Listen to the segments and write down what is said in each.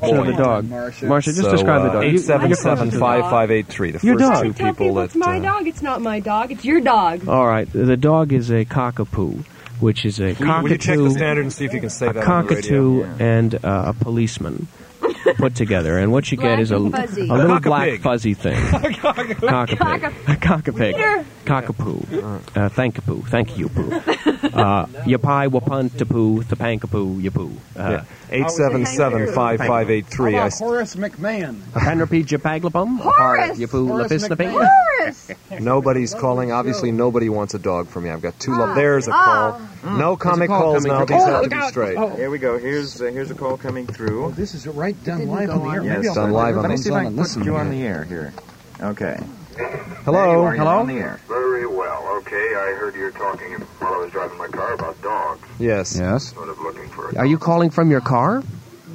So the Boy. dog. Marsha. Marsha, just so, uh, describe the dog. You- Eight seven seven five five eight three. The Your first dog. two Tell people people that it's my uh, Oh, dog. It's not my dog. It's your dog. All right. The dog is a cockapoo, which is a Will you- cockatoo, will you check the standard and see if you can say a that on the radio? cockatoo, and uh, a policeman put together. And what you Black get is a, and a fuzzy. little Cockapig. black fuzzy thing. Cockapig. A Cockapig. Peter. Cockapoo. Uh, thankapoo. Thank you, poo. Uh, yapai wapuntapoo, thapankapoo, yapoo. Uh, Yeah. Eight seven seven five five eight three. How I about s- Horace McMahon. Pandrapi japaglapum. Horace! Yapoo Horace lapisnapi. McMahon. Horace! nobody's calling. Obviously, nobody wants a dog from me. I've got two. Ah, lo- There's a call. Mm. No comic call calls coming now. through. These Oh, have to be straight. Um, Here we go. Here's uh, here's a call coming through. This is right down live on the air. Yes, Maybe I'll done put live on Let me headphones see if I and can put listen you on here. the air here. Okay. There you Hello. are, you're Hello. On the air. Very well. Okay, I heard you were talking while I was driving my car about dogs. Yes. Yes. Sort of looking for a Are you calling from your car?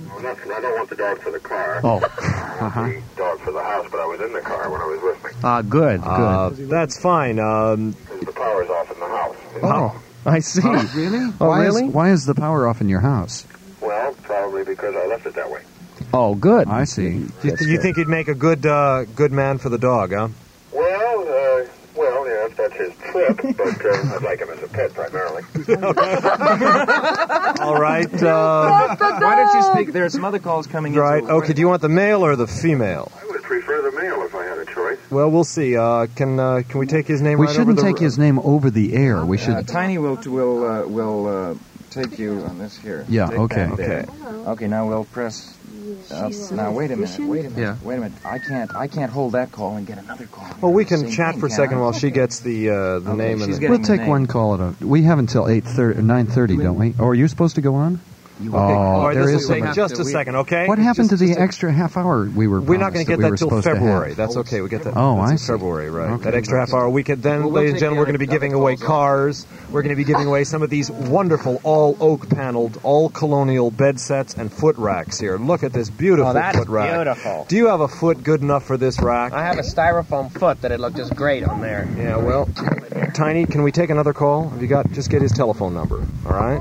Well, nothing. I don't want the dog for the car. Oh, I Uh-huh. want the dog for the house, but I was in the car when I was listening. ah, good, good. Oh, Uh, that's fine. uh, Um, 'Cause the power's off in the house. oh, I see. Really? Oh, why really? Is, why is the power off in your house? Well, probably because I left it that way. Oh, good. I see. you, you think he'd make a good uh, good man for the dog, huh? Well, uh, well, yeah, that's his trip, but uh, I'd like him as a pet primarily. All right. Uh, Why don't you speak? There are some other calls coming in. right. so- Okay. Do you want the male or the female? I would prefer the male if I had a choice. Well, we'll see. Uh, can uh, can we take his name? We right shouldn't over the take his name over the air. We Uh, should. Tiny will will uh, will uh, take you on this here. Yeah, Take okay. that there. Okay. Okay. Now we'll press. Uh, now wait a minute. Wait a minute. Yeah. Wait a minute. I can't. I can't hold that call and get another call. Well, we Same can chat thing, for a can second I? while she gets the uh, the Okay, name. and she's the- getting We'll the take name. one call at a. We have until eight thirty, nine thirty, don't we? Or are you supposed to go on? You- Oh, All right. there This is will take someone. just a second. Okay. What happened just- to just the a- extra half hour we were? We're not promised going to get we that were till supposed to have? February. That's okay. We get that. Oh, that's I in see. February, right? Okay. That extra half hour weekend. Then, Well, we'll ladies and take gentlemen, the we're going to be other giving away cars. We're going to be giving away some of these wonderful all oak paneled, all colonial bed sets and foot racks here. Look at this beautiful Oh, that's foot rack. beautiful. Do you have a foot good enough for this rack? I have a styrofoam foot that it looked just great on there. yeah. Well, Tiny, can we take another call? Have you got? Just get his telephone number. All right.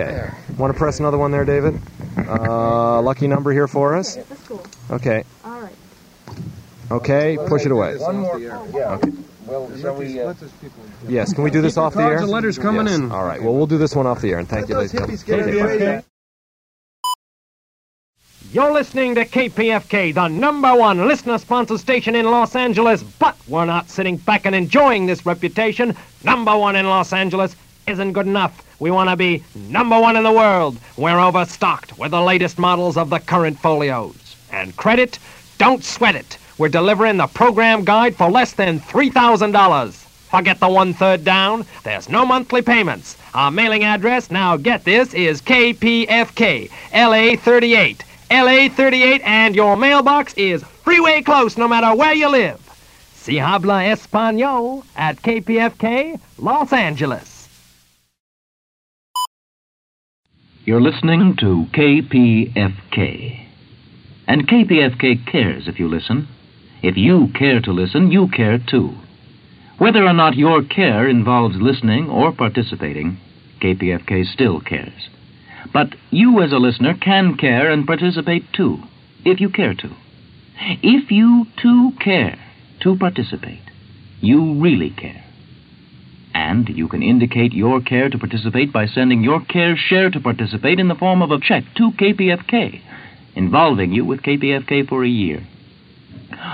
Okay. Want to press another one there, David? Uh, lucky number here for us. That's cool. Okay. All right. Okay. Push it away. One more. Yeah. Well, shall we? Uh, Yes, can we do this off the air? cards and letters coming Yes. in. All right, well, we'll do this one off the air, and thank you, ladies. and gentlemen. Okay. You're listening to KPFK, the number one listener sponsored station in Los Angeles, but we're not sitting back and enjoying this reputation. Number one in Los Angeles isn't good enough. We want to be number one in the world. We're overstocked with the latest models of the current folios. And credit? Don't sweat it. We're delivering the program guide for less than $3,000. Forget the one third down. There's no monthly payments. Our mailing address, now get this, is KPFK, LA 38. LA 38, and your mailbox is freeway close no matter where you live. Si habla Espanol at KPFK, Los Angeles. You're listening to KPFK. And KPFK cares if you listen. If you care to listen, you care too. Whether or not your care involves listening or participating, KPFK still cares. But you, as a listener, can care and participate too, if you care to. If you too care to participate, you really care. And you can indicate your care to participate by sending your care share to participate in the form of a check to KPFK, involving you with KPFK for a year.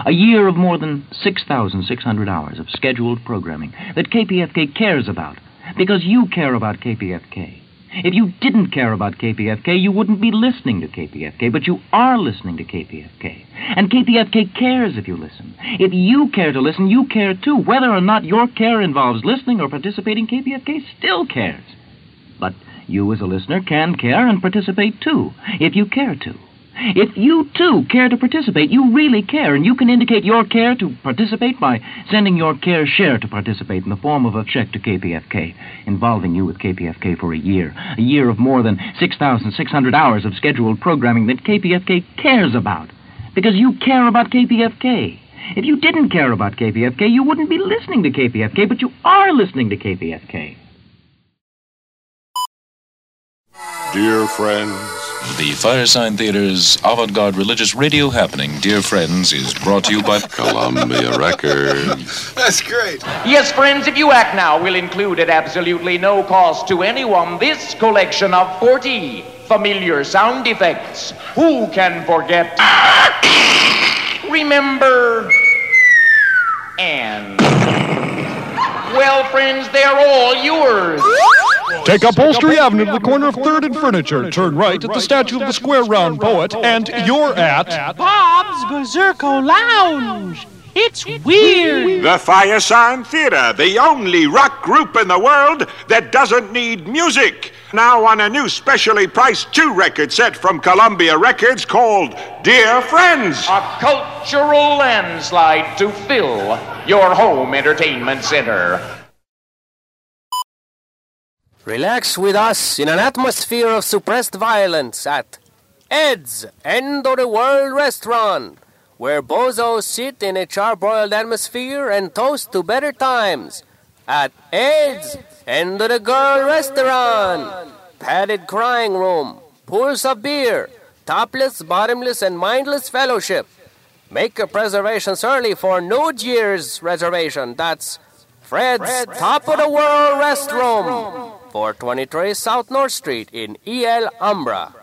A year of more than 6,600 hours of scheduled programming that KPFK cares about, because you care about KPFK. If you didn't care about KPFK, you wouldn't be listening to KPFK, but you are listening to KPFK. And KPFK cares if you listen. If you care to listen, you care too. Whether or not your care involves listening or participating, KPFK still cares. But you, as a listener, can care and participate too, if you care to. If you too care to participate, you really care, and you can indicate your care to participate by sending your care share to participate in the form of a check to KPFK, involving you with KPFK for a year. A year of more than 6,600 hours of scheduled programming that KPFK cares about. Because you care about KPFK. If you didn't care about KPFK, you wouldn't be listening to KPFK, but you are listening to KPFK. Dear friends, The Firesign Theater's avant garde religious radio happening, dear friends, is brought to you by Columbia Records. That's great. Yes, friends, if you act now, we'll include at absolutely no cost to anyone this collection of 40 familiar sound effects. Who can forget? Remember. And. Well, friends, they're all yours. Take Upholstery Avenue to the corner of 3rd and Furniture. Turn right at the statue of the square round poet, and you're at. Bob's Berserko Lounge. It's weird. The Firesign Theater, the only rock group in the world that doesn't need music. Now on a new specially priced two record set from Columbia Records called Dear Friends. A cultural landslide to fill your home entertainment center. Relax with us in an atmosphere of suppressed violence at Ed's End of the World Restaurant, where bozos sit in a charbroiled atmosphere and toast to better times. At Ed's End of the Girl Restaurant, padded crying room, pools of beer, topless, bottomless, and mindless fellowship. Make your reservations early for New Year's reservation. That's Fred's, Fred's Top of the World Restroom. 423 South North Street in EL Umbra.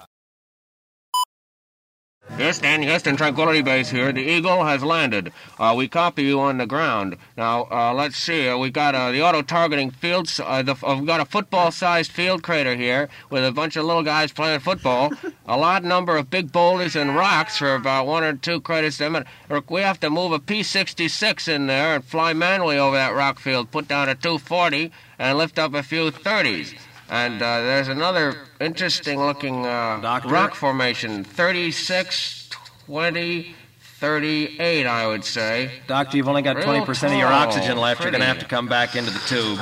Yes, Dan Houston Tranquility Base here. The Eagle has landed. Uh, we copy you on the ground. Now, uh, let's see. Uh, we got uh, the auto-targeting fields. Uh, the, uh, we've got a football-sized field crater here with a bunch of little guys playing football. a large number of big boulders and rocks for about one or two craters. to them. We have to move a P-66 in there and fly manually over that rock field. Put down a 240 and lift up a few 30s. And uh, there's another interesting looking uh, rock formation 36, 20, 38, I would say. Doctor, you've only got Real 20% of your tall, oxygen left. You're going to have pretty. to come back into the tube.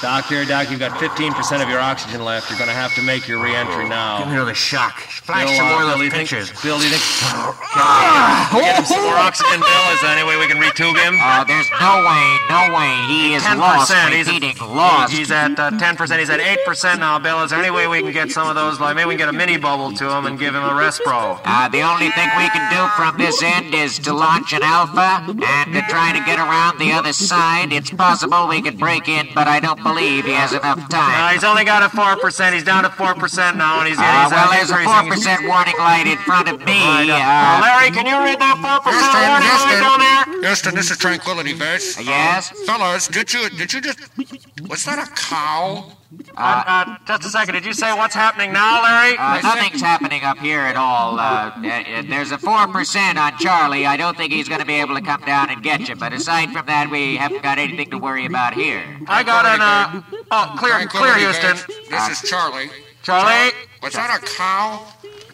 Doctor, Doc, you've got 15% of your oxygen left. You're going to have to make your re-entry now. Give me another shock. Flash Bill, some uh, more of Bill, those you think- pictures. Bill, do you think... Can we get him some more oxygen, Bill? Is there any way we can retube him? Uh, there's no way, no way. He is lost. He's Repeating, lost. He's at uh, 10%. He's at 8% now, Bill. Is there any way we can get some of those? Like, maybe we can get a mini bubble to him and give him a Respro. Uh, the only thing we can do from this end is to launch an Alpha and to try to get around the other side. It's possible we could break in, but I don't believe he has enough Uh, time. he's only got a 4%. He's down to 4% now, and he's, Uh, he's well, uh, there's a increasing. 4% warning light in front of me. Uh, Uh, Larry, can you read that 4% warning light down there? Houston, this is Tranquility Base. Uh, Yes? fellas, did you did you just was that a cow? Uh, uh, just a second. Did you say what's happening now, Larry? uh, nothing's happening up here at all. Uh, uh, uh, there's a 4% on Charlie. I don't think he's going to be able to come down and get you, but aside from that, we haven't got anything to worry about here. I got an, uh, oh, clear, clear, Houston. This is Charlie. Charlie? Was that a cow?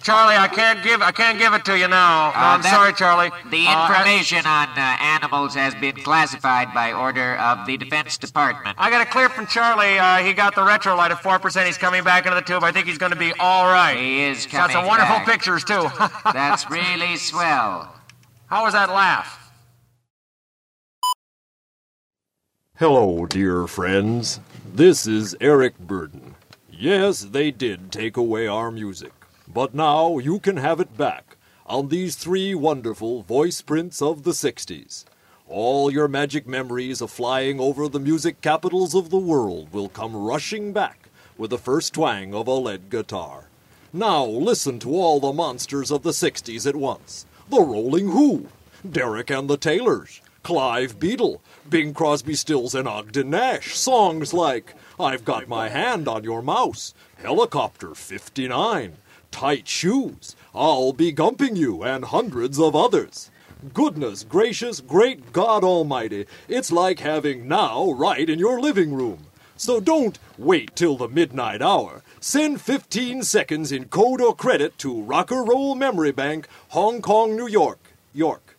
Charlie, I can't give, I can't give it to you now. No, Uh, I'm that- sorry, Charlie. The Uh, information on uh, animals has been classified by order of the Defense Department. I got a clear from Charlie. Uh, he got the retro light at 4%. He's coming back into the tube. I think he's going to be all right. He is Got some coming wonderful back. pictures, too. That's really swell. How was that laugh? Hello, dear friends. This is Eric Burden. Yes, they did take away our music, but now you can have it back on these three wonderful voice prints of the 60s. All your magic memories of flying over the music capitals of the world will come rushing back with the first twang of a lead guitar. Now listen to all the monsters of the 60s at once The Rolling Who, Derek and the Taylors, Clive Beadle, Bing Crosby Stills and Ogden Nash. Songs like I've Got My Hand on Your Mouse, Helicopter 59, Tight Shoes, I'll Be Gumping You, and hundreds of others. Goodness gracious, great God Almighty, it's like having now right in your living room. So don't wait till the midnight hour. Send 15 seconds in code or credit to Rock 'n' Roll Memory Bank, Hong Kong, New York, York.